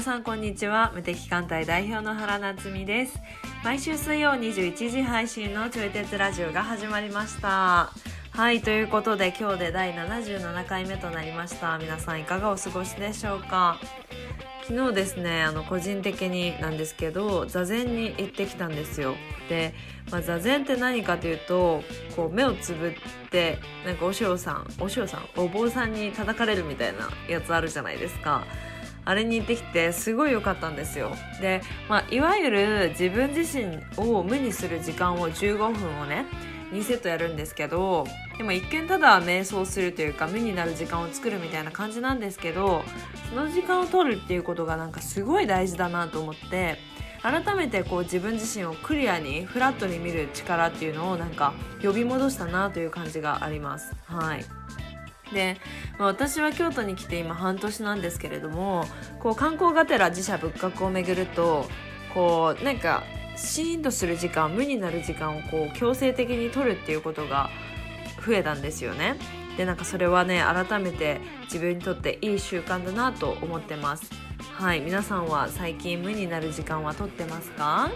さんこんにちは無敵艦隊代表の原夏実です毎週水曜21時配信のちょい鉄ラジオが始まりましたはいということで今日で第77回目となりました皆さんいかがお過ごしでしょうか昨日ですねあの個人的になんですけど座禅に行ってきたんですよで、まあ、座禅って何かというとこう目をつぶってなんかお塩さんお塩さんお坊さんに叩かれるみたいなやつあるじゃないですかあれに行ってきてすごい良かったんですよで、まあ、いわゆる自分自身を無にする時間を15分をね2セットやるんですけどでも一見ただ瞑想するというか無になる時間を作るみたいな感じなんですけどその時間を取るっていうことがなんかすごい大事だなと思って改めてこう自分自身をクリアにフラットに見る力っていうのをなんか呼び戻したなという感じがあります。はいで、まあ、私は京都に来て今半年なんですけれどもこう観光がてら寺社仏閣を巡るとこうなんかシーンとする時間無になる時間をこう強制的に取るっていうことが増えたんですよね。でなんかそれはね改めて自分にとっていい習慣だなと思ってます。はい皆さんは最近無になる時間は取ってますか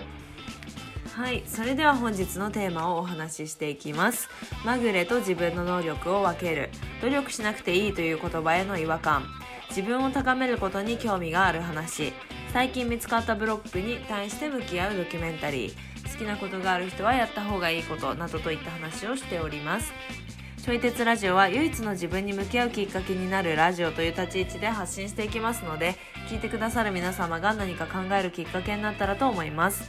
はいそれでは本日のテーマをお話ししていきますまぐれと自分の能力を分ける努力しなくていいという言葉への違和感自分を高めることに興味がある話最近見つかったブロックに対して向き合うドキュメンタリー好きなことがある人はやった方がいいことなどといった話をしておりますちょい鉄ラジオは唯一の自分に向き合うきっかけになるラジオという立ち位置で発信していきますので聞いてくださる皆様が何か考えるきっかけになったらと思います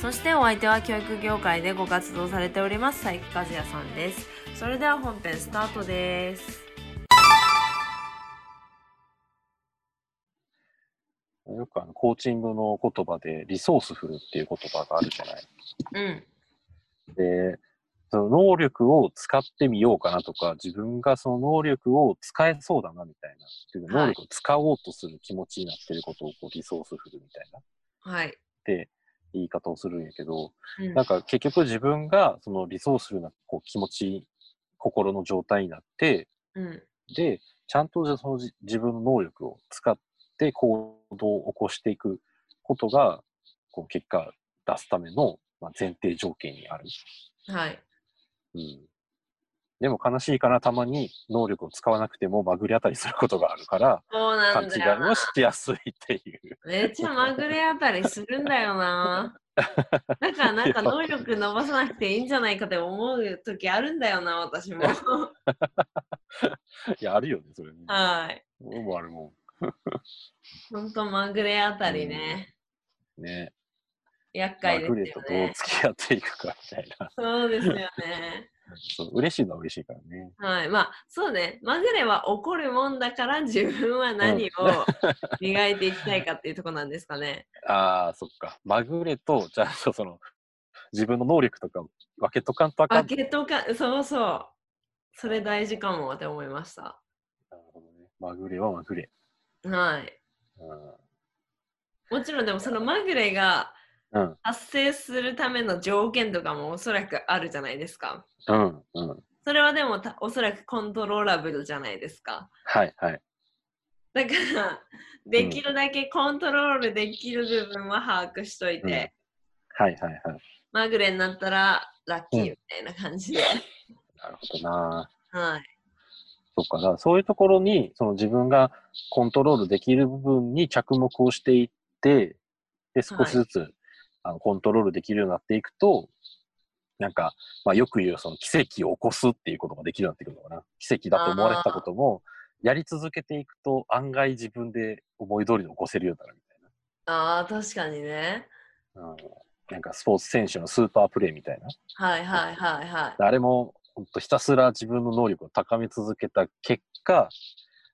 そしてお相手は教育業界でご活動されております佐伯和也さんですそれでは本編スタートですよくあのコーチングの言葉でリソースフルっていう言葉があるじゃない。うんで、その能力を使ってみようかなとか、自分がその能力を使えそうだなみたいな、っていうかはい能力を使おうとする気持ちになってることをこうリソースフルみたいなっはい、て言い方をするんやけど、うんなんか結局自分がそのリソースフルなこう気持ち、心の状態になって、うんで、ちゃんとじゃあそのじ自分の能力を使って行動を起こしていくことが、こう結果出すためのまあ前提条件にある。はいうん。でも悲しいからたまに能力を使わなくてもまぐれ当たりすることがあるから、そうな勘ん違だいよなをしやすいっていう。 めっちゃまぐれあたりするんだよな。だからなんか能力伸ばさなくていいんじゃないかって思う時あるんだよな、私 も。いや、あるよね、それね。はい。俺もあるもほんとまぐれあたりね。ん。ね。厄ま介ですぐれとよどうね。付き合っていくかみたいな。そうですよね。そう嬉しいのは嬉しいからね。はい。まあ、そうね。まぐれは怒るもんだから自分は何を磨いていきたいかっていうとこなんですか ね。ああ、そっか。まぐれと、じゃあ、その、自分の能力とかを分けとかんとあかあん。けとか、そうそう。それ大事かもって思いました。なるほどね。まぐれはまぐれ。はい。うん。もちろんでもそのまぐれがうん。達成するための条件とかもおそらくあるじゃないですか。うん。うん。それはでもたおそらくコントローラブルじゃないですか。はい。はい。だから、できるだけコントロールできる部分は把握しといて、はい。はい。はい。まぐれになったらラッキーみたいな感じで。なるほどな。はい。そっかな。そういうところに、その自分がコントロールできる部分に着目をしていって、で、少しずつ、あのコントロールできるようになっていくと、なんか、まあ、よく言う、その奇跡を起こすっていうことができるようになってくるのかな。奇跡だと思われてたことも、やり続けていくと、案外自分で思い通りに起こせるようになるみたいああ、確かにね。な。うんなんかスポーツ選手のスーパープレーみたいな。はいはいはいはい。あれも、ほんとひたすら自分の能力を高め続けた結果、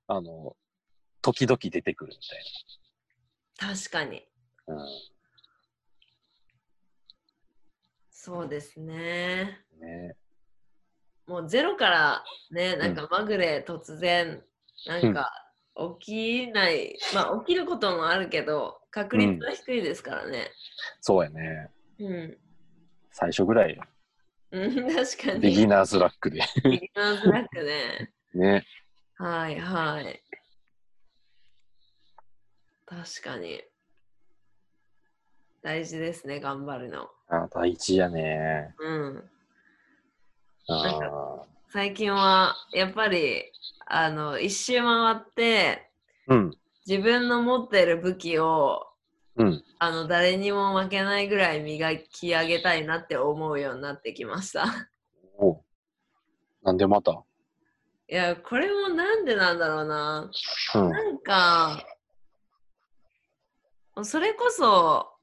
あの、時々出てくるみたいな。確かに。うんそうですね。ね、もうゼロからね、なんかまぐれ突然、なんか起きない、まあ起きることもあるけど、確率は低いですからね。そうやね。うん。最初ぐらいよ、うん、確かに。ビギナーズラックで。ビギナーズラックね。ね。はいはい。確かに。大事ですね、頑張るの。あ第一やね。うん。あなんー最近は、やっぱり、あの、一周回って、うん、自分の持ってる武器を、うん。あの、誰にも負けないぐらい磨き上げたいなって思うようになってきました。 おうなんでまたいや、これもなんでなんだろうな。うん、なんか、それこそ、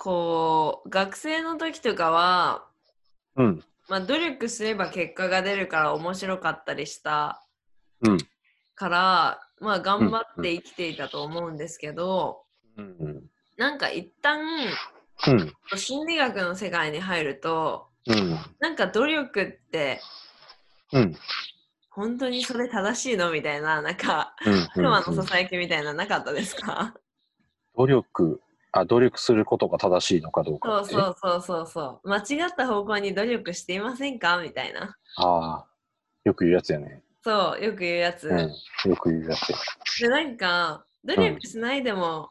こう、学生の時とかは、うん、まあ、努力すれば結果が出るから面白かったりしたうん、から、まあ、頑張って生きていたと思うんですけど、うん、うん、なんか一旦、うん、心理学の世界に入ると、うん、なんか努力って、うん、本当にそれ正しいのみたいな、なんか、うクマのんさ。さやきみたいなのなかったですか努力、あ、努力することが正しいのかどうかそうって。そうそうそうそう。間違った方向に努力していませんかみたいな。ああ、よく言うやつやね。そう、よく言うやつ。うん、よく言うやつや。で、なんか、努力しないでも、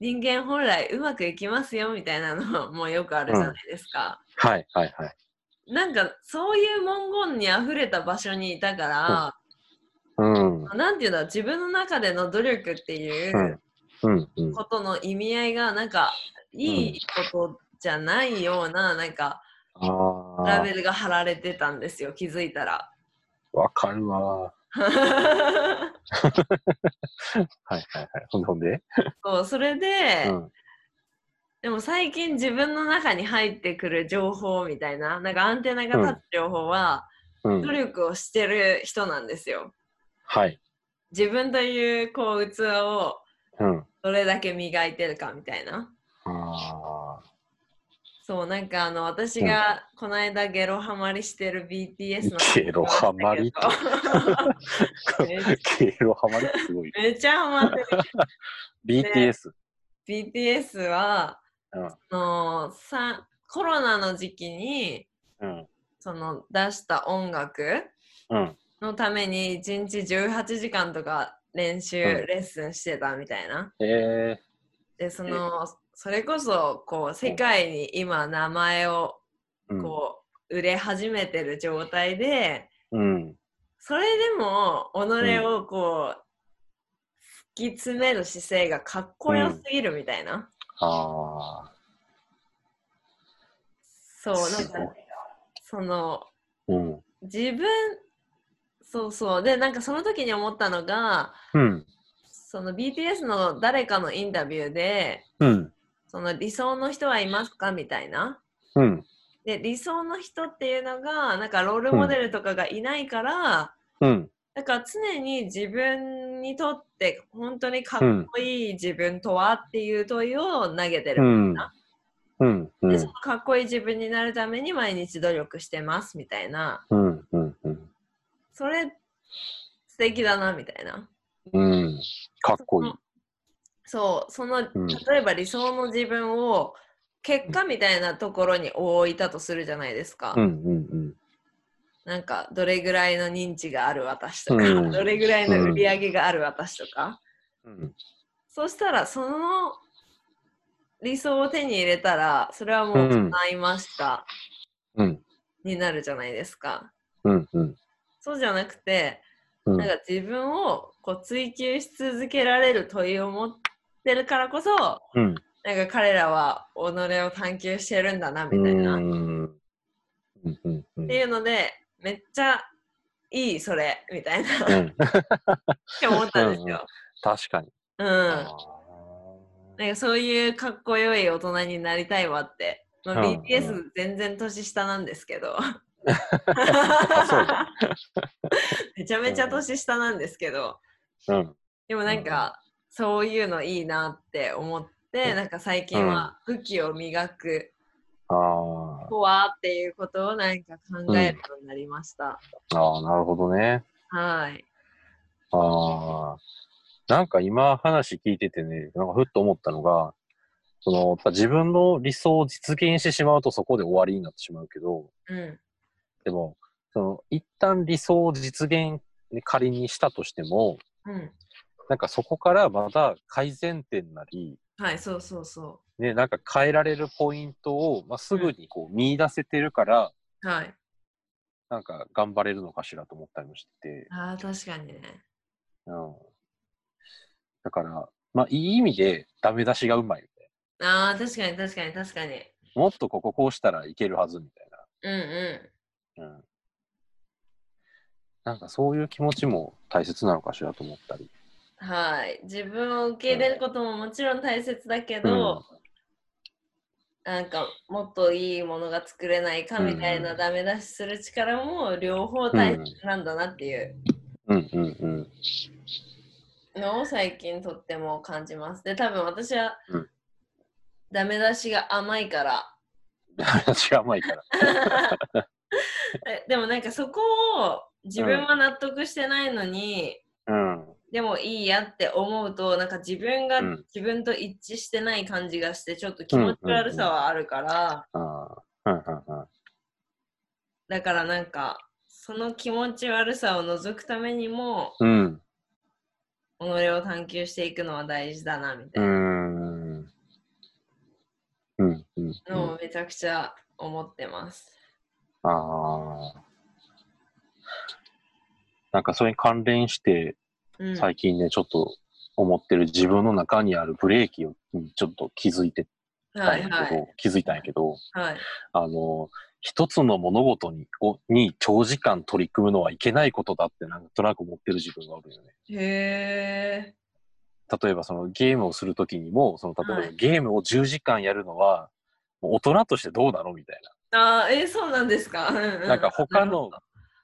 人間本来うまくいきますよみたいなのもよくあるじゃないですか。はい、はい、はい。なんか、そういう文言にあふれた場所にいたから、うん、うん、、なんていうんだろう、自分の中での努力っていううんうん。ことの意味合いが、なんか、いいことじゃないような、なんか、あラあベ、ルが貼られてたんですよ、気づいたら。 わかるわ。はい、はい、はい。ほんでほんで。そうそれで、うん、でも最近自分の中に入ってくる情報みたいななんかアンテナが立つ情報は、うん努。力をしてる人なんですよ。はい。自分というこう器をうん。どれだけ磨いてるかみたいな。あそうなんかあの私がこの間ゲロハマりしてる BTS の話ゲロハマりしましたけどあ、経路ハマりってすごい。めめちゃハマって る BTS。 BTS はうん、あのさコロナの時期にうん、その出した音楽うん。のために1日18時間とか練習、うんレッスンしてたみたいな。えでそのそれこそこう世界に今名前をー、うん。こう、売れ始めてる状態でうん。それでも己をこう、突き詰める姿勢がかっこよすぎるみたいな。あそあ、うすごないんかそのな。うん。自分そうそうでなんかその時に思ったのがうん。その BTS の誰かのインタビューでうん。その理想の人はいますかみたいな。うん。で理想の人っていうのがなんかロールモデルとかがいないから、うん。だから常に自分にとって本当にかっこいい自分とはっていう問いを投げてうる、ん。うん。うでそんの。かっこいい自分になるために毎日努力してますみたいなうん。うん。うん。それ素敵だなみたいなうん。かっこいい。そうそのうん例えば理想の自分を結果みたいなところに置いたとするじゃないですか、うん。うん。なんかどれぐらいの認知がある私とか、うんどれぐらいの売り上げがある私とか、うん。そうしたらその理想を手に入れたらそれはもう叶いました、うん。になるじゃないですかうん。うん。そうじゃなくてうん。なんか自分をこう追求し続けられる問いを持ってるからこそうん。なんか彼らは己を探求してるんだなうみたいな、っん。うん。うんて。いうのでめっちゃいいそれみ たいなって思ったんですよ。確かに。うん、なんかそういうかっこよい大人になりたいわって、まあうん BTS 全然年下なんですけ どそう めちゃめちゃ年下なんですけどうん。でもなんかそういうのいいなって思って、うんなんか最近は武器を磨くああ。とはっていうことをなんか考えるようになりました、ああ、なるほどね。はいああ。なんか今話聞いててね、なんかふっと思ったのが、その、やっぱ自分の理想を実現してしまうとそこで終わりになってしまうけど、うんでも、その、一旦理想を実現、ね、仮にしたとしても、うんなんかそこからまた改善点なり、はい、そうそうそね、なんか変えられるポイントを、まあ、すぐにこう見出せてるから、う。はい。なんか頑張れるのかしらと思ったりもしてて、ああ、確かにね。うん。だから、まあいい意味でダメ出しがうまいよね。ああ、確かに確かに確かに。もっとこここうしたらいけるはずみたいうんうな。うん。なんかそういう気持ちも大切なのかしらと思ったり。ん。はい。自分を受け入れることももちろん大切だけど、なんかもっといいものが作れないかみたいうんうなんダメ出しする力も両方大切なんだなっていううんうんうん。のを最近とっても感じます。で、多分私はうんダメ出しが甘い から、話が甘いから。えでもなんかそこを自分は納得してないのに、うん。でもいいやって思うとなんか自分がうん自分と一致してない感じがしてちょっと気持ち悪さはあるから、ああ。うんうんうん。だからなんかその気持ち悪さを除くためにもうん。己を探求していくのは大事だなみたういん。うんうん、うなのん。をめちゃくちゃ思ってます。ああ。なんかそれに関連して、うん、最近ね、ちょっと思ってる自分の中にあるブレーキをうんちょっと気づいてたはんいやけど、はい気づいたんやけど、はい。あの、一つの物事にをに長時間取り組むのはいけないことだってなんとなく思ってる自分がおるよね。へえ。例えばそのゲームをするときにも、その例えはばゲームを10時間やるのは、もう大人としてどうなのみたいあーえーそうなんですか。な。ななんか他の、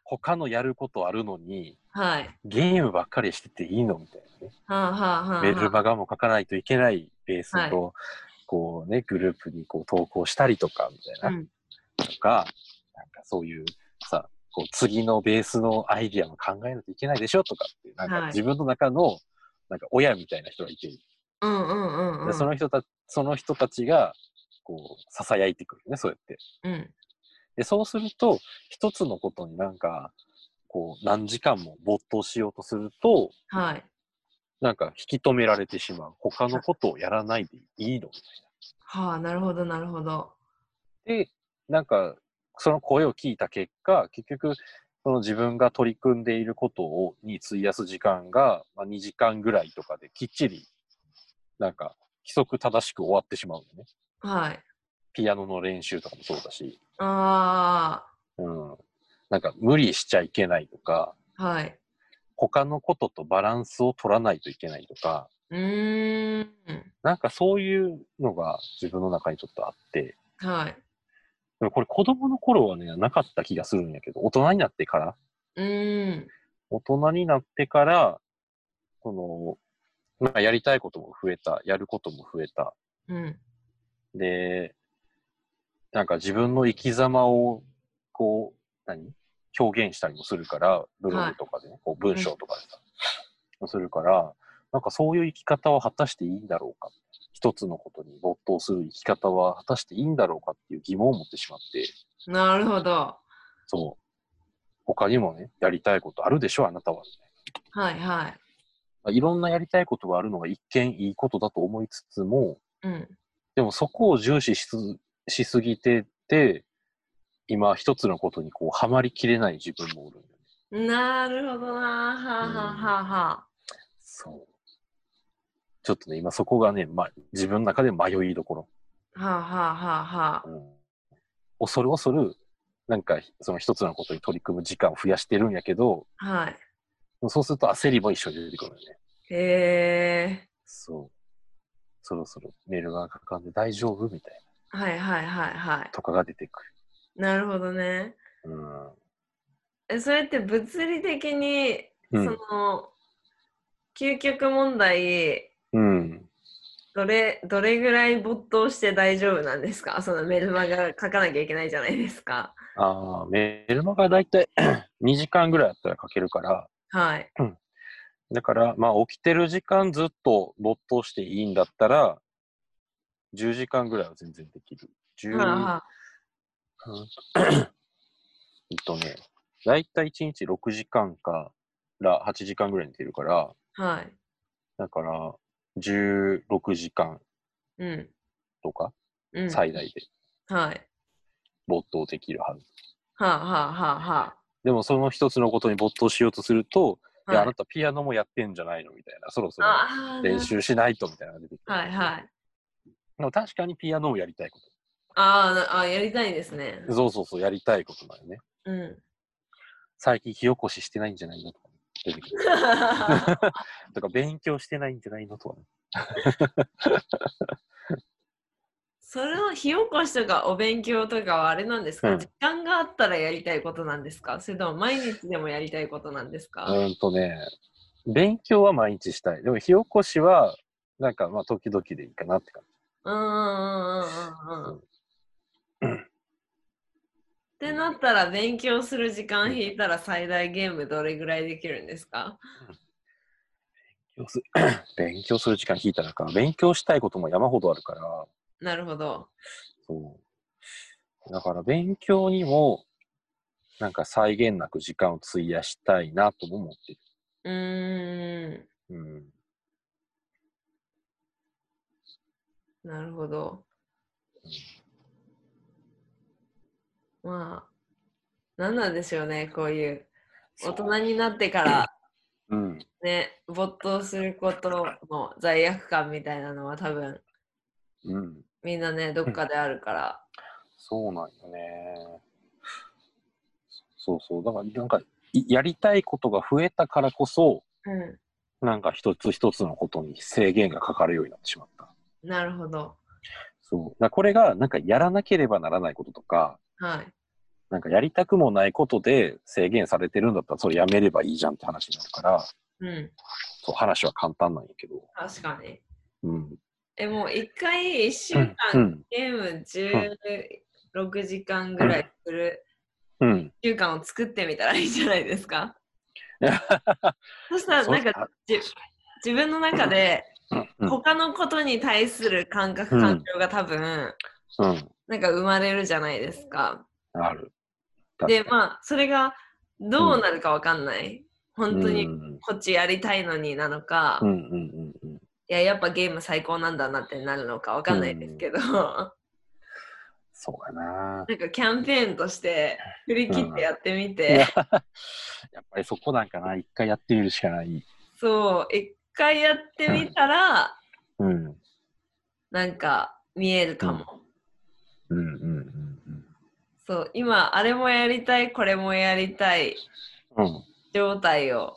他のやることあるのに、はい。ゲームばっかりしてていいのみたいなね。はあはあはあはあ。メルマガも書かないといけないベースと、こうね、グループにこう投稿したりとか、みたいな、うんとか、なんかそういうさ、こう次のベースのアイディアも考えないといけないでしょとかって、なんはいか自分の中の、なんか親みたいな人がいて、うんうんうんうでん。その人たその人たちが、こう、囁いてくるね、そうやって。うんで、そうすると、一つのことになんか、こう、何時間も没頭しようとすると、はい。なんか引き止められてしまう。他のことをやらないでいいのみはあ、なるほど、なるほど。たいな。で、なんか、その声を聞いた結果、結局、その自分が取り組んでいることをに費やす時間が、まあ、2時間ぐらいとかできっちり、なんか、規則正しく終わってしまうのね。はい。ピアノの練習とかもそうだし、あうん。なんか、無理しちゃいけないとか、あ、はい。他のこととバランスを取らないといけないとか、うーん。なんかそういうのが自分の中にちょっとあって、はい。でもこれ子供の頃はね、なかった気がするんやけど、大人になってから、うーん。大人になってから、その、まあ、やりたいことも増えた、やることも増えた。うん。で、なんか自分の生き様を、こう、何表現したりもするから、ブログとかでね、こう文章とかでさ、もするから、なんかそういう生き方は果たしていいんだろうか。一つのことに没頭する生き方は果たしていいんだろうかっていう疑問を持ってしまって、なるほど。そう。他にもね、やりたいことあるでしょ、あなたは。はいはい。まあいろんなやりたいことがあるのが一見いいことだと思いつつも、うん。でもそこを重視しすしすぎてて、今一つのことにこう、はまりきれない自分もおるんだよね。なるほどな。はあ、はあはあはあ。そう。ちょっとね、今そこがね、ま、自分の中で迷いどころ。はあ、はあはあはあう、ん、恐る恐る、なんか、その一つのことに取り組む時間を増やしてるんやけど、はい。そうすると焦りも一緒に出てくるよね。へえ。そう。そろそろメールがかかんで大丈夫みたいなはいはいはいはとかが出てくい。なるほどね。る。うん。え、それって物理的に、うそん。の、究極問題、うん、どれどれぐらい没頭して大丈夫なんですかそのメルマガ書かなきゃいけないじゃないですか。ああ、メールマガだいた い2時間ぐらいあったら書けるから、はい。だから、まあ起きてる時間ずっと没頭していいんだったら、10時間ぐらいは全然できる。10、はえっとね、だいたい1日6時間から8時間ぐらい寝てるから、い。はい。だから、16時間うん。とか、うん。はい。最大ではい。没頭できるはず。はあ、はあはあはでも、その一つのことに没頭しようとすると、あ。いや、はあなたピアノもやってんじゃないのみたいな、そろそろああ、練習しないとみたいなのが出てくる。はいはい。でも確かにピアノをやりたいこあーなあー、やりたいですね。と。そうそうそう、やりたいことだよね。うん。 最近火起こししてないんじゃないのとか、ね、出てくる。とか、勉強してないんじゃないのとか、ね。それの火起こしとかお勉強とかはあれなんですか、うん時間があったらやりたいことなんですかそれとも毎日でもやりたいことなんですか、うーんとね、勉強は毎日したい。でも火起こしは、なんかまあ時々でいいかなって感うんうんうんうんうんうん。ってなったら勉強する時間引いたら最大ゲームどれぐらいできるんですかじ。要す勉強する時間引いたらか、勉強したいことも山ほどあるから、なるほど。そう。だから勉強にも、なんか際限なく時間を費やしたいなとも思ってる。うーん。うん。なるほど。まあ、何なんでしょうね、こういう大人になってからうん。ね、没頭することの罪悪感みたいなのは多分うん。みんなね、どっかであるから。そうなんよね。そうそう。だから、なんか、いやりたいことが増えたからこそ、うなんか一つ一つのことに制限がかかるようになってしまった。ん、なるほど。そう。だからこれが、なんかやらなければならないこととか、はい。なんかやりたくもないことで制限されてるんだったら、それやめればいいじゃんって話になるから、うん、そう、話は簡単なんやけど。確かに。うん。え、もう一回、一週う間ん。うん。ゲーム16時間ぐらいするうん。一週間を作ってみたらいいんじゃないですかそしたら、 そうなんかじ自分の中でうんうん他のことに対する感覚環境が多分うん。なんか生まれるじゃないですか。ある。でまあそれがどうなるかわかんない。本当うにんこっちやりたいのになのか、うんういんうんうん。ややっぱゲーム最高なんだなってなるのかわかんないですけど、なんそうかな。かキャンペーンとして振り切ってやってみい やて、やっぱりそこなんかな。一回やってみるしかない。そう一回やってみたら、うん。なんか見えるかも。うんうんうんそう今あれもやりたいこれもやりたいうん。うん。状態を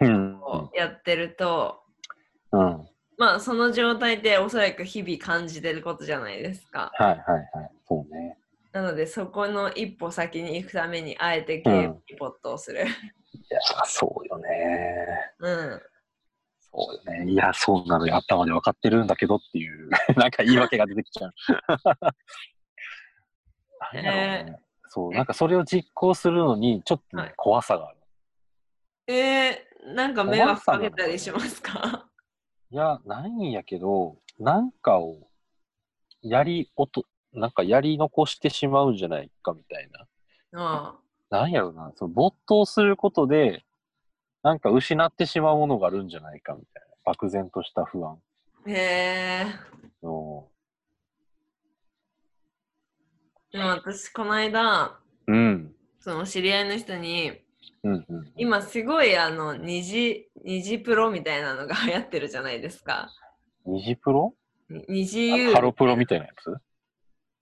うん。やってると、うん。はいまあその状態でおそらく日々感じてることじゃないですか。はいはい。そうね。なのでそこの一歩先に行くためにあえてゲームに没頭する。いや、そうよね。うん。そうよね。いや、そうなのよ。頭で分かってるんだけどっていう、 なんか言い訳が出てき ちゃう。なんやろうね。そう、なんかそれを実行するのに、ちょっとねはい怖さがある。えー、なんか迷惑かけたりしますかいや、ないんやけど、なんかを、やり、おと、なんかやり残してしまうんじゃないかみたいな。 あなんやろな、その没頭することで、なんか失ってしまうものがあるんじゃないかみたいな、漠然とした不安あ。へえ。の。でも私この間うん。その知り合いの人にうんうん。今すごいあの二次二次プロみたいなのが 流行ってるじゃないですか。二次プロに二次あユハロプロみたいなやつ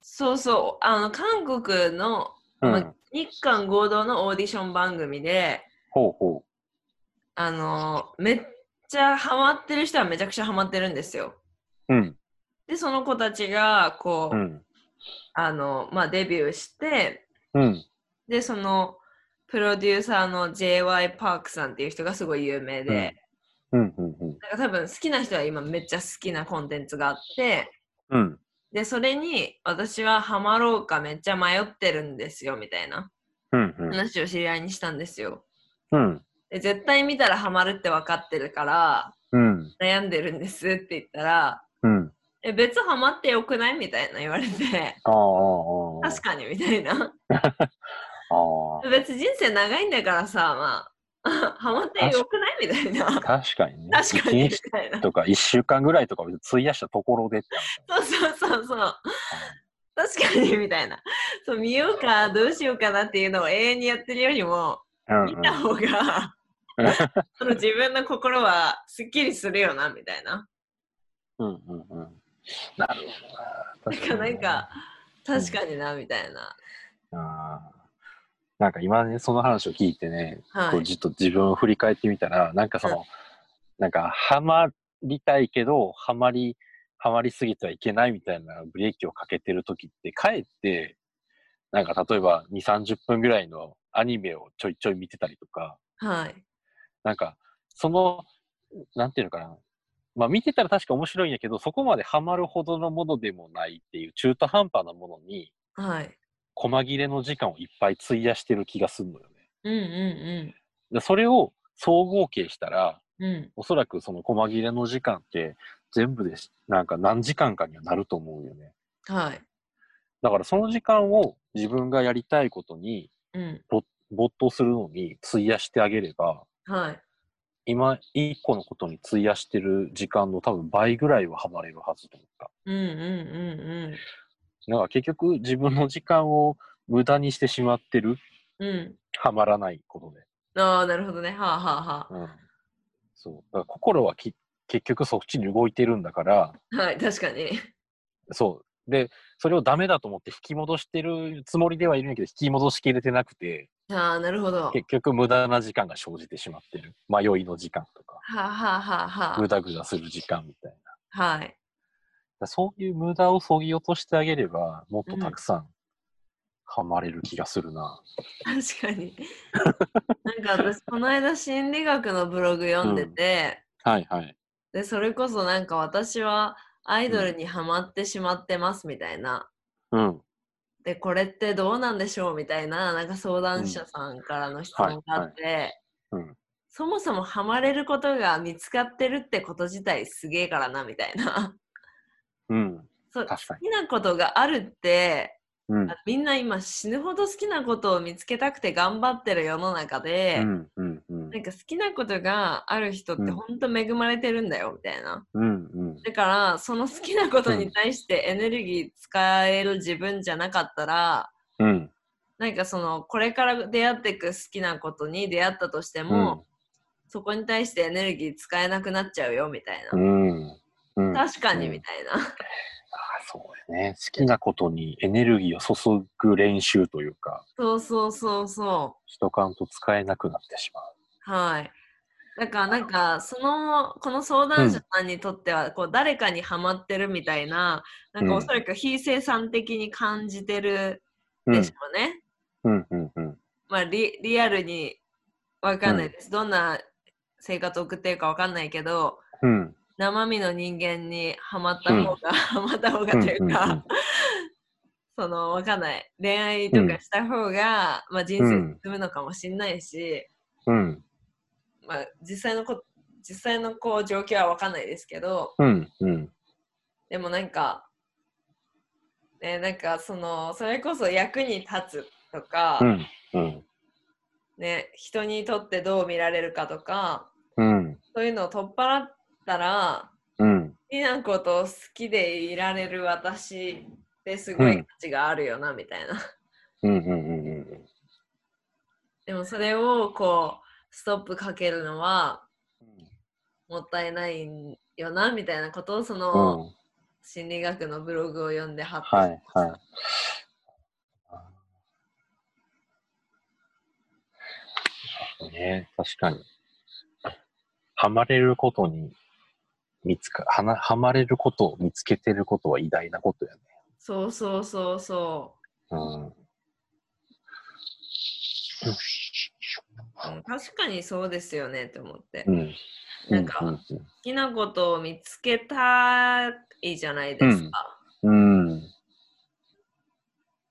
そうそうあの韓国のうまんあ。日韓合同のオーディション番組で、ほうほあのーめっちゃハマってる人はめちゃくちゃハマってるんですよ。う。うん。でその子たちがこう、うん。あのまあ、デビューしてうん。でそのプロデューサーの j y パークさんっていう人がすごい有名で、うん。うん。うん。なんか多分好きな人は今めっちゃ好きなコンテンツがあってうん。でそれに私はハマろうかめっちゃ迷ってるんですよみたいなうん。うん。話を知り合いにしたんですよ。うん。で絶対見たらハマるって分かってるからうん。悩んでるんですって言ったら、うん。え、別ハマってよくないみたいな言われ て、ああ、ああ、あ確かにみたいな。あ。ああ。別人生長いんだからさ、まあ、 ハマってよくないみたいな。確かにね。確かにみ1日たいな。とか1週間ぐらいとか別に費やしたところでってそうそうそうそう。確かにみたいな。そう見ようかどうしようかなっていうのを永遠にやってるよりも、うんう見んた方がその自分の心はすっきりするよなみたいな。うんうんうん。なるほなどんかな。なんかうん確かになみたいな。あーなんか今ね、その話を聞いてね、はこうい。じっと自分を振り返ってみたら、なんかその、なんか、ハマりたいけど、ハマり、ハマりすぎてはいけないみたいなブレーキをかけてる時って、かえって、なんか例えば2、30分ぐらいのアニメをちょいちょい見てたりとか、はい。なんか、その、なんていうのかな。まあ見てたら確か面白いんやけど、そこまでハマるほどのものでもないっていう中途半端なものに、はい。細切れの時間をいっぱい費やしてる気がするのよね。うんうでそれを総合計したら、んうん。うん。おそらくその細切れの時間って全部でしなんか何時間かにはなると思うよね。はい。だからその時間を自分がやりたいことにうん。没頭するのに費やしてあげれば、はい。今一個のことに費やしてる時間の多分倍ぐらいはハマれるはずと思った。うんうんうだから結局自分の時間を無駄にしてしまってる。んうん。うハマらないことで。ん。ああ、なるほどね。はあはあはうん。そう。だから心はき結局そっちに動いてるんだから、あ。はい、確かに。そう。で、それをダメだと思って引き戻してるつもりではいるんやけど、引き戻しきれてなくて、ああ、なるほど。は結局無駄な時間が生じてしまってる。迷いの時間とか、あはあはあはぐだぐだする時間みたいな。だかあ。はい。らそういう無駄をそぎ落としてあげれば、もっとたくさんハマれる気がするな。確かに。なんか私、この間心理学のブログ読んでて、はいはい。で、それこそなんか私はアイドルにハマってしまってますみたいな。うん。で、これってどうなんでしょうみたいな、なんか相談者さんからの質問があって、うん。そもそもハマれることが見つかってるってこと自体すげえからなみたいなうん。そう好確かに。きなことがあるってうんあ。みんな今死ぬほど好きなことを見つけたくて頑張ってる世の中で、うん。うん。うん。なんか好きなことがある人ってうんほんと恵まれてるんだよみたいなうん。うん。だからその好きなことに対してエネルギー使える自分じゃなかったらうん。なんかそのこれから出会ってく好きなことに出会ったとしても、そこに対してエネルギー使えなくなっちゃうよみたいなう。ん。うん。あ確かにうんみたいな。 ーそうやね。好きなことにエネルギーを注ぐ練習というか、そうそうそうそ一缶と使えなくなってしまう。う。はい。だからなんかそのこの相談者さんにとってはこう誰かにはまってるみたいななんかうんおそらく非生産的に感じてるうでんしょうね。うんうんうんまあリリアルにわかんないです。どんな生活を送ってるかわかんないけどうん生身の人間にはまった方が、 はまった方がうとんいうか、 そのわかんない恋愛とかした方が、まあ、人生進むのかもしんないし、うんまあ、実際のこ実際のこう状況はわかんないですけどうんうんでもなんか、ね、なんかそのそれこそ役に立つとか、うんうんね、人にとってどう見られるかとかうんそういうのを取っ払ったらうん好きなことを好きでいられる私ってすごい価値があるよな、みたいな。うんうんうんうんでもそれをこうストップかけるのはもったいないよなみたいなことをそのうん心理学のブログを読んで発はい表はいあね確かにハマれることに見つかはなハマれることを見つけてることは偉大なことやねそうそうそうそうんううん確かにそうですよねって思って、う好んなんかうんきなことを見つけたいじゃないですか、うんうん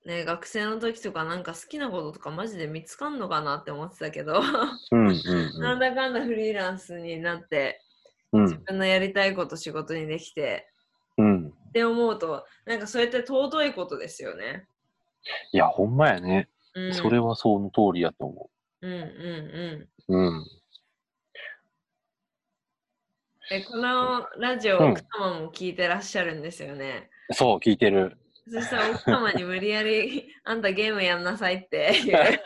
ね、学生の時とかなんか好きなこととかマジで見つかんのかなって思ってたけどうんうんなんだかんだフリーランスになってうん自分のやりたいこと仕事にできてうんって思うとなんかそれって尊いことですよね。いやほんまやねうん、それはその通りやと思うんううん。ん。え、このラジオ、うん奥様も聞いてらっしゃるんですよね。そう、聞いてる。そしたら奥様に無理やり、 あんたゲームやんなさいって 言う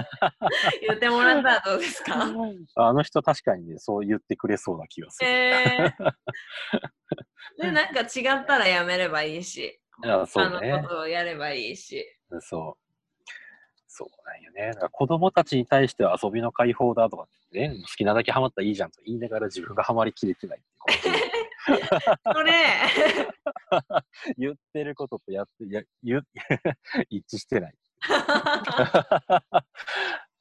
言ってもらったらどうですかあの人確かにね、そう言ってくれそうな気がする。え ー、で、なんか違ったらやめればいいし、あそう他ねのことをやればいいし。そう。そうなんよね。だから子供たちに対しては遊びの解放だとかってね、好きなだけハマったらいいじゃんと言いながら自分がハマりきれてないっていうこそれ、の言ってることとやって、や言う 一致してない。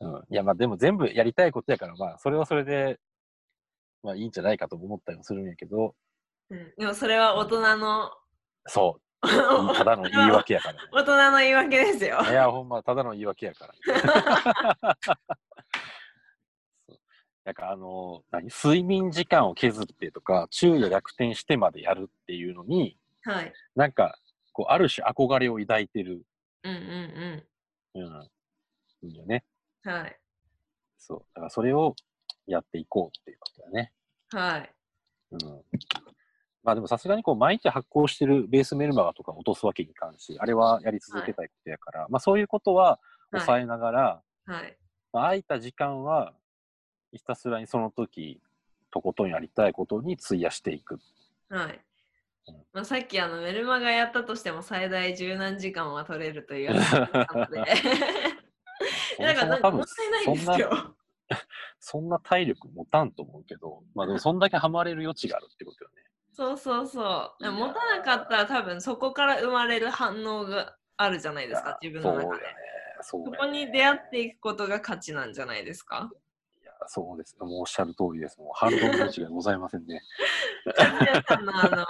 うん、いや、まあでも全部やりたいことやから、まあそれはそれで、まあいいんじゃないかとも思ったりもするんやけど、うんでもそれは大人の、そう、 ただの言い訳やから、ね。大人の言い訳です よ。いや、ほんま、ただの言い訳やから。そうなんかあの何睡眠時間を削ってとか昼夜逆転してまでやるっていうのにはい。なんかこうある種憧れを抱いてる、うんうんうん、いいよねうん。はい。そうだからそれをやっていこうっていうことだね、はい。うん、まあでもさすがにこう毎日発行してるベースメルマガとか落とすわけにいかんしあれはやり続けたいことやから、まあそういうことは抑えながら、はい。まあ空いた時間は、ひたすらにその時、とことんやりたいことに費やしていく。はい。まあ、さっきあのメルマガやったとしても最大十何時間は取れるという話だった ので。だからなんかもったいないそんんですな、よ。そんな体力持たんと思うけど、ま あでもそんだけハマれる余地があるってことよね。そうそうそう。でもいや持たなかったら多分そこから生まれる反応があるじゃないですか、自分のそう中よねで。。そそうよねこに出会っていくことが価値なんじゃないですか。いやそうです。もうおっしゃる通りです。もう反論の余地がございませんね。皆さんのあの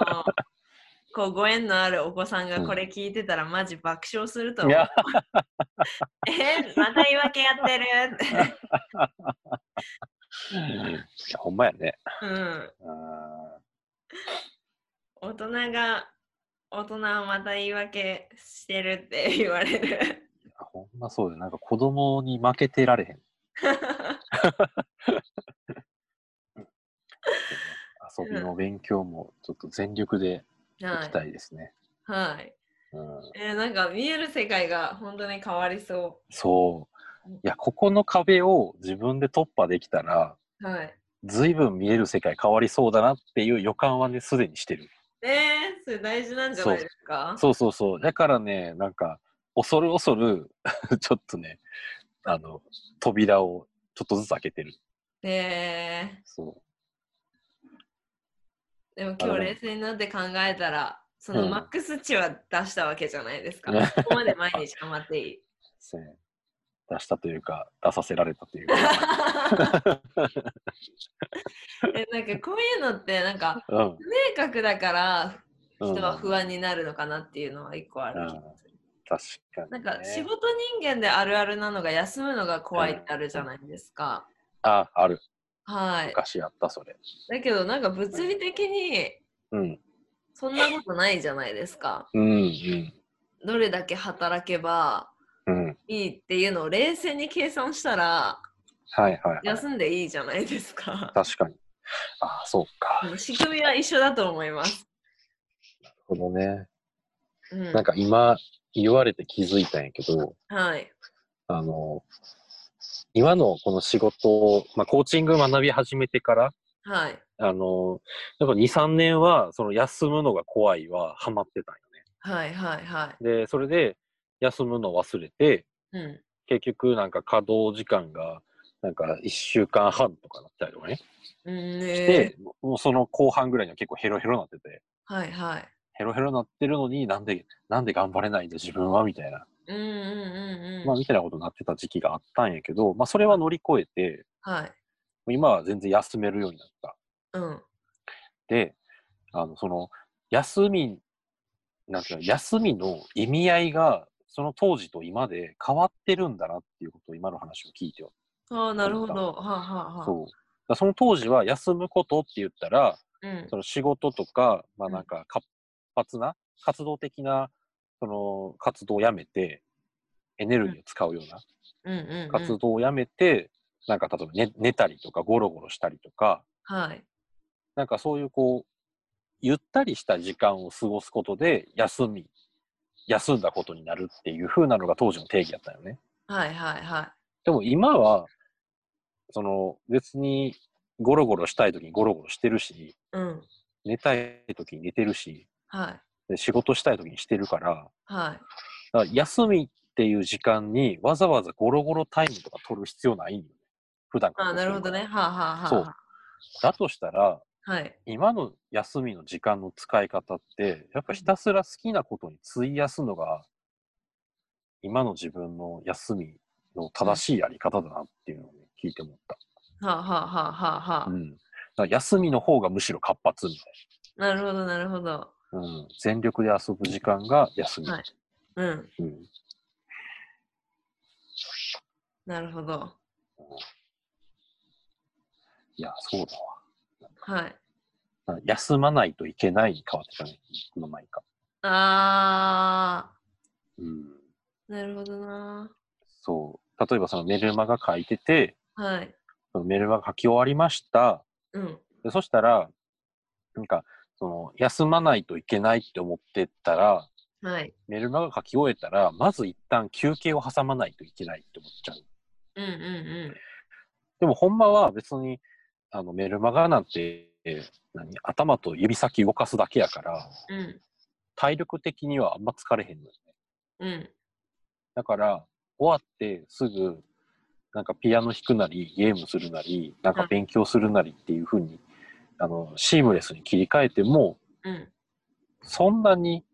こうご縁のあるお子さんがこれ聞いてたらマジ爆笑するとい思う。や、 えまた言い訳やってる って。いやほんまやね。うん。うん大人が大人はまた言い訳してるって言われる。ほんまそうよ。なんか子供に負けてら れへん。遊びの勉強もちょっと全力でいきはたいですね。い。はい。うん、えーなんか見える世界が本当に変わりそそう。いや、ここの壁を自分で突破できたら、う。はい。随分見える世界変わりそうだなっていう予感はね、すでにしてる。えー、それ大事なんじゃないですかそうそうそう。だからね、なんか、恐る恐る、 ちょっとね、あの、扉をちょっとずつ開けてる。えそー、でも今日冷静になって考えたら、そのうんマックス値は出したわけじゃないですか。ねここまで毎日頑張って いい。うですね。出したというか、出させられたというえか。 なんかこういうのってなんかう明ん。確だからうん人は不安になるのかなっていうのは一個ある気がする。確かに、なね。んか仕事人間であるあるなのが休むのが怖いってあるじゃないですか。あ、ある。はい。昔やった、それ。だけどなんか物理的にうん。そんなことないじゃないですか。うん、うん。どれだけ働けばうん。いいっていうのを冷静に計算したらはいはい、はい。休んでいいじゃないです か。確かに。ああ、そうか。仕組みは一緒だと思います。このね、うんなん、か今言われて気づいたんやけど、はい。あの、今のこの仕事を、まあ、コーチング学び始めてから、はい。あの、やっぱ2、3年は、その休むのが怖いはハマってたんはいはいはよね。で、それで休むの忘れて、い。うん。結局なんか稼働時間が、なんか1週間半とかなったりとかね。うん、ねして、もうその後半ぐらいには結構ヘロヘロになってて、はいはい。ヘロヘロになってるのになんで、なんで頑張れないんだ自分はみたいな。うんうんうんうん。まあ、みたいなことになってた時期があったんやけど、まあ、それは乗り越えて、はい。今は全然休めるようになった。うん。で、あの、その、休み、なんていうの、休みの意味合いが、その当時と今で変わってるんだなっていうことを今の話を聞いてよ。ああ、なるほど。はあ、はあはあ。そう。だからその当時は休むことって言ったら、うんそ。の仕事とか、まあなんか活発な、活動的な、その活動をやめて、エネルギーを使うようなうんうんうん。活動をやめて、なんか例えば寝寝たりとかゴロゴロしたりとか、はい。なんかそういうこう、ゆったりした時間を過ごすことで休み、休んだことになるっていう風なのが当時の定義だったよね。はいはいはでも今は、その別にゴロゴロしたい時にゴロゴロしてるし、い。うん。寝たい時に寝てるし、はい。で仕事したい時にしてるから、はい。だから休みっていう時間にわざわざゴロゴロタイムとか取る必要ないんよね。普段からあなるほどね。はあ、はあはあ、そうだとしたら、はい。今の休みの時間の使い方って、やっぱひたすら好きなことに費やすのが、今の自分の休みの正しいやり方だなっていうのを、ね、聞いて思った。はあ、はあはあはあはあうん。だから休みの方がむしろ活発みなるほどなるほど。たいな。うん。全力で遊ぶ時間が休み。はいうん。うん。なるほど。いや、そうだわ。はい。あ休まないといけないに変わってたね。この前か。あうん。ー、なるほどな。そう。例えばそのメルマが書いてて、はい。そのメルマが書き終わりました。うん。でそしたら、なんか、その、休まないといけないって思ってたら、はい。メルマが書き終えたら、まず一旦休憩を挟まないといけないって思っちゃう。うんうんうん。でも、ほんまは別に、あの、メルマガなんて、えー何頭と指先動かすだけやから、うん。体力的にはあんま疲れへんのよね。うん。だから、終わってすぐ、なんかピアノ弾くなり、ゲームするなり、なんか勉強するなりっていう風に、あの、シームレスに切り替えても、うん。そんなに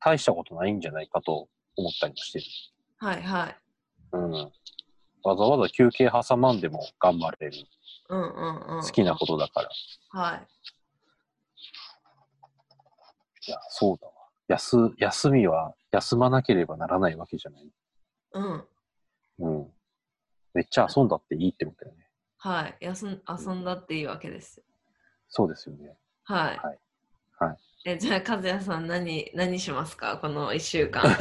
大したことないんじゃないかと思ったりもしてる。はいはい。うん。わざわざ休憩挟まんでも頑張れる。うんうんうん。好きなことだから。はい。いや、そうだわ。休、休みは休まなければならないわけじゃない。うん。うん。めっちゃ遊んだっていいってことだよね。はい。休ん遊んだっていいわけです。そうですよね。はい。はいはいえじゃあ、和也さん何、何しますかこの1週 間。い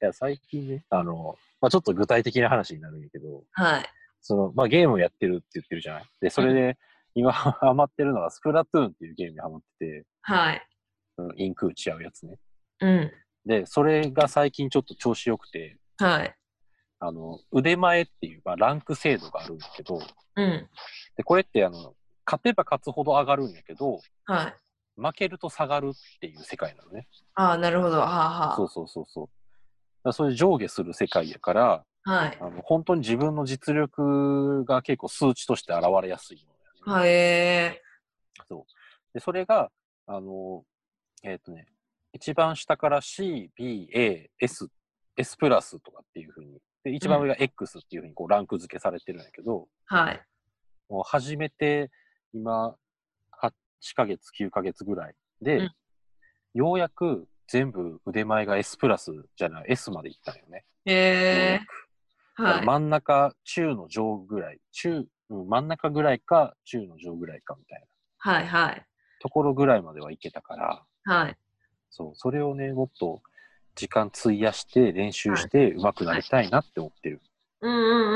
や、最近ね、あの、まあ、ちょっと具体的な話になるんやけど、はい。その、まあ、ゲームをやってるって言ってるじゃないで、それで、今ハマってるのがスプラトゥーンっていうゲームにハマってて、はい。そのインク打ち合うやつね。うん。で、それが最近ちょっと調子良くて、はい。あの、腕前っていう、まあ、ランク制度があるんだけど、うん。で、これって、あの、勝てば勝つほど上がるんやけど、はい。負けると下がるっていう世界なのね。ああ、なるほど。はあそうはそうそうそう。だからそういう上下する世界やから、あ。はい。あの本当に自分の実力が結構数値として現れやすいものだよね。はい。えそうでそれが、あの、えっ、とね、一番下から C、B、A、S、S プラスとかっていうふうに、で一番上が X っていうふうにこうランク付けされてるんやけど、ー、はい。もう始めて今、8ヶ月、9ヶ月ぐらいで、うんようやく全部腕前が S プラスじゃない、S までいったんよね。えー、だかはらい。真ん中、中の上ぐらい、中、うん真ん中ぐらいか、中の上ぐらいかみたいなはいはい。ところぐらいまではいけたから、はい。そう、それをね、もっと時間費やして練習して上手くなりたいなって思ってる。うんうんうん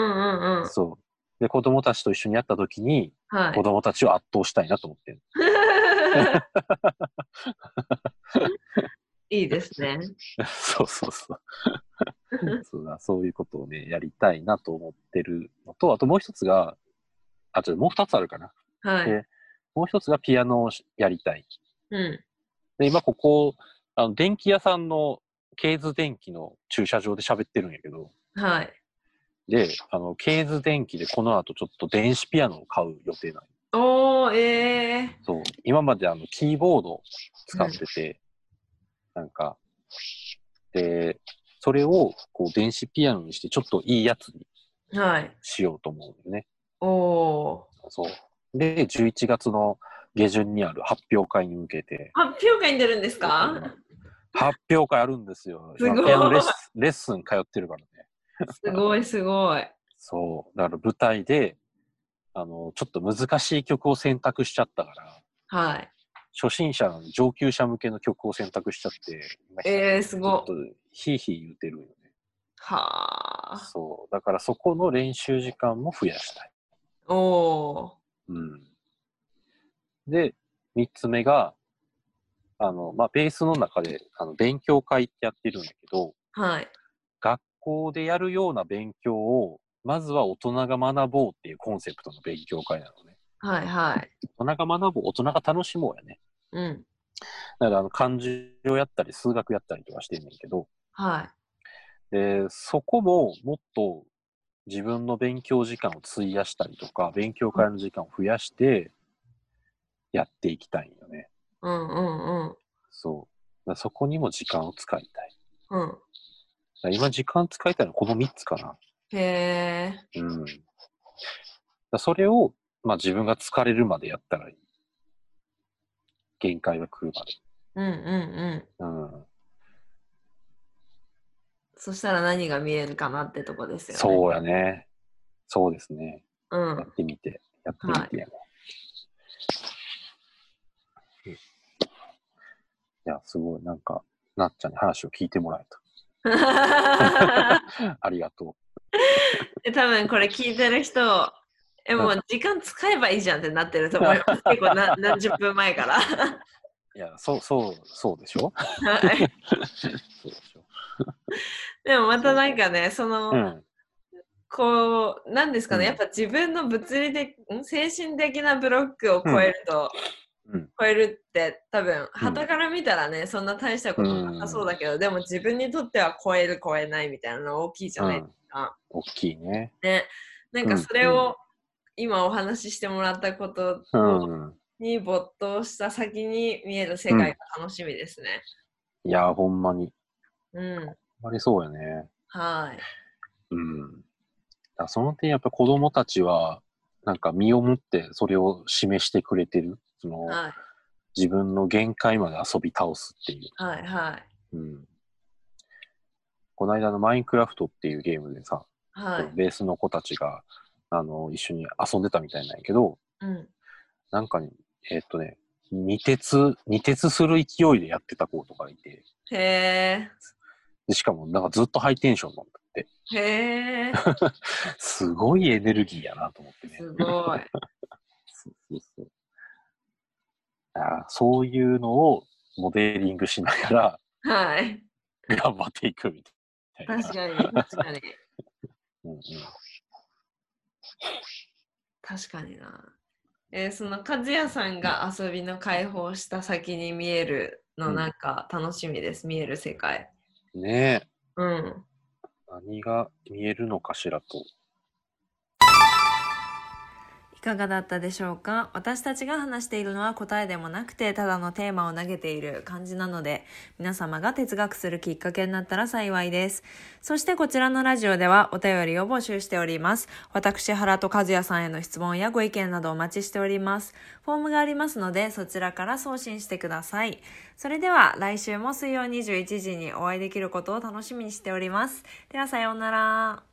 うんうん。そう。で、子供たちと一緒にやった時に、はい子。供たちを圧倒したいなと思ってる。 いいですね。そうそうそう。そうだ、そういうことをね、やりたいなと思ってるのと、あともう一つが、あ、ちょっともう二つあるかな。はい。でもう一つがピアノをしやりたい。うで、今ここ、あの、電気屋さんの、ケーズ電気の駐車場で喋ってるんやけど、ん。はい。で、あの、ケーズ電気でこの後ちょっと電子ピアノを買う予定なんよおー、えそう。今まであの、キーボードを使ってて、なんか、で、それをこう電子ピアノにしてちょっといいやつにー。はい。しようと思うんだよね。おー。そう。で、11月の下旬にある発表会に向けて、発表会に出るんですか発表会あるんですよ。すごい今ピアノレッスンレッスン通ってるからね。すごいすごい。そう。だから舞台で、あの、ちょっと難しい曲を選択しちゃったから、はい。初心者、上級者向けの曲を選択しちゃって、えー、すちょっごとい。ヒーヒー言うてるよね。はあそう。だからそこの練習時間も増やしたい。おおうん。で、三つ目が、あの、まあ、ベースの中で、あの、勉強会ってやってるんだけど、ーはい学校でやるような勉強を、まずは大人が学ぼうっていうコンセプトの勉強会なのね。はいはい大人が学ぼう、大人が楽しもうやね。うんだから、あの、漢字をやったり、数学やったりとかしてんねんけど、はいで、そこももっと自分の勉強時間を費やしたりとか、勉強会の時間を増やして、やっていきたいんよね。うんうんうんそう。だからそこにも時間を使いたい。うんだから今時間使いたいのはこの3つかな。へえうん。だからそれを、まあ自分が疲れるまでやったらいい。限界が来るまで。うんうんうんうん。そしたら何が見えるかなってとこですよねそうやね。そうですね。ううん やってみて。やってみてやね。うんいや、すごい。なんか、なっちゃんに話を聞いてもらえた。ありがとで多分これ聞いてる人えもう時間使えばいいじゃんってなってると思い ます結構な何十分前からう。いや、そう、そう、そうでしょはいそうでしょ。でもまたなんかねその、うん。こうなんですかね、うんやっぱ自分の物理的ん精神的なブロックを超えると、うん超えるって多分傍から見たらねそんな大したことなさそうだけど、でも自分にとっては超える超えないみたいなの大きいじゃない、うん、大きいね。ねなんかうんそれを今お話ししてもらったことうん。に没頭した先に見える世界が楽しみですね。いやー、ほんまに。うん、ほんまりそうやね。はい。うん。だからその点、やっぱ子供たちは、なんか身をもってそれを示してくれてる。その、はい自分の限界まで遊び倒すっていはいはう。うん。この間のマインクラフトっていうゲームでさ、いはい。ベースの子たちが、あの、一緒に遊んでたみたいなんやけど、うん。なんかね、えーっとね、二鉄、二鉄する勢いでやってた子とかいて、へでしかも、なんかずっとハイテンションなんだって。え。へえ。すごいエネルギーやなと思ってね。すごい。そうそうそうあーそういうのをモデリングしながはい。ら頑張っていくみたいな。確かに、確かに。うんうん、確かにな。えーその和也さんが遊びの解放した先に見えるのうんなんか楽しみです、見える世界。ねえ、うん。何が見えるのかしらと。いかがだったでしょうか私たちが話しているのは答えでもなくてただのテーマを投げている感じなので皆様が哲学するきっかけになったら幸いです。そしてこちらのラジオではお便りを募集しております。私原と和也さんへの質問やご意見などお待ちしております。フォームがありますのでそちらから送信してください。それでは来週も水曜21時にお会いできることを楽しみにしております。ではさようなら。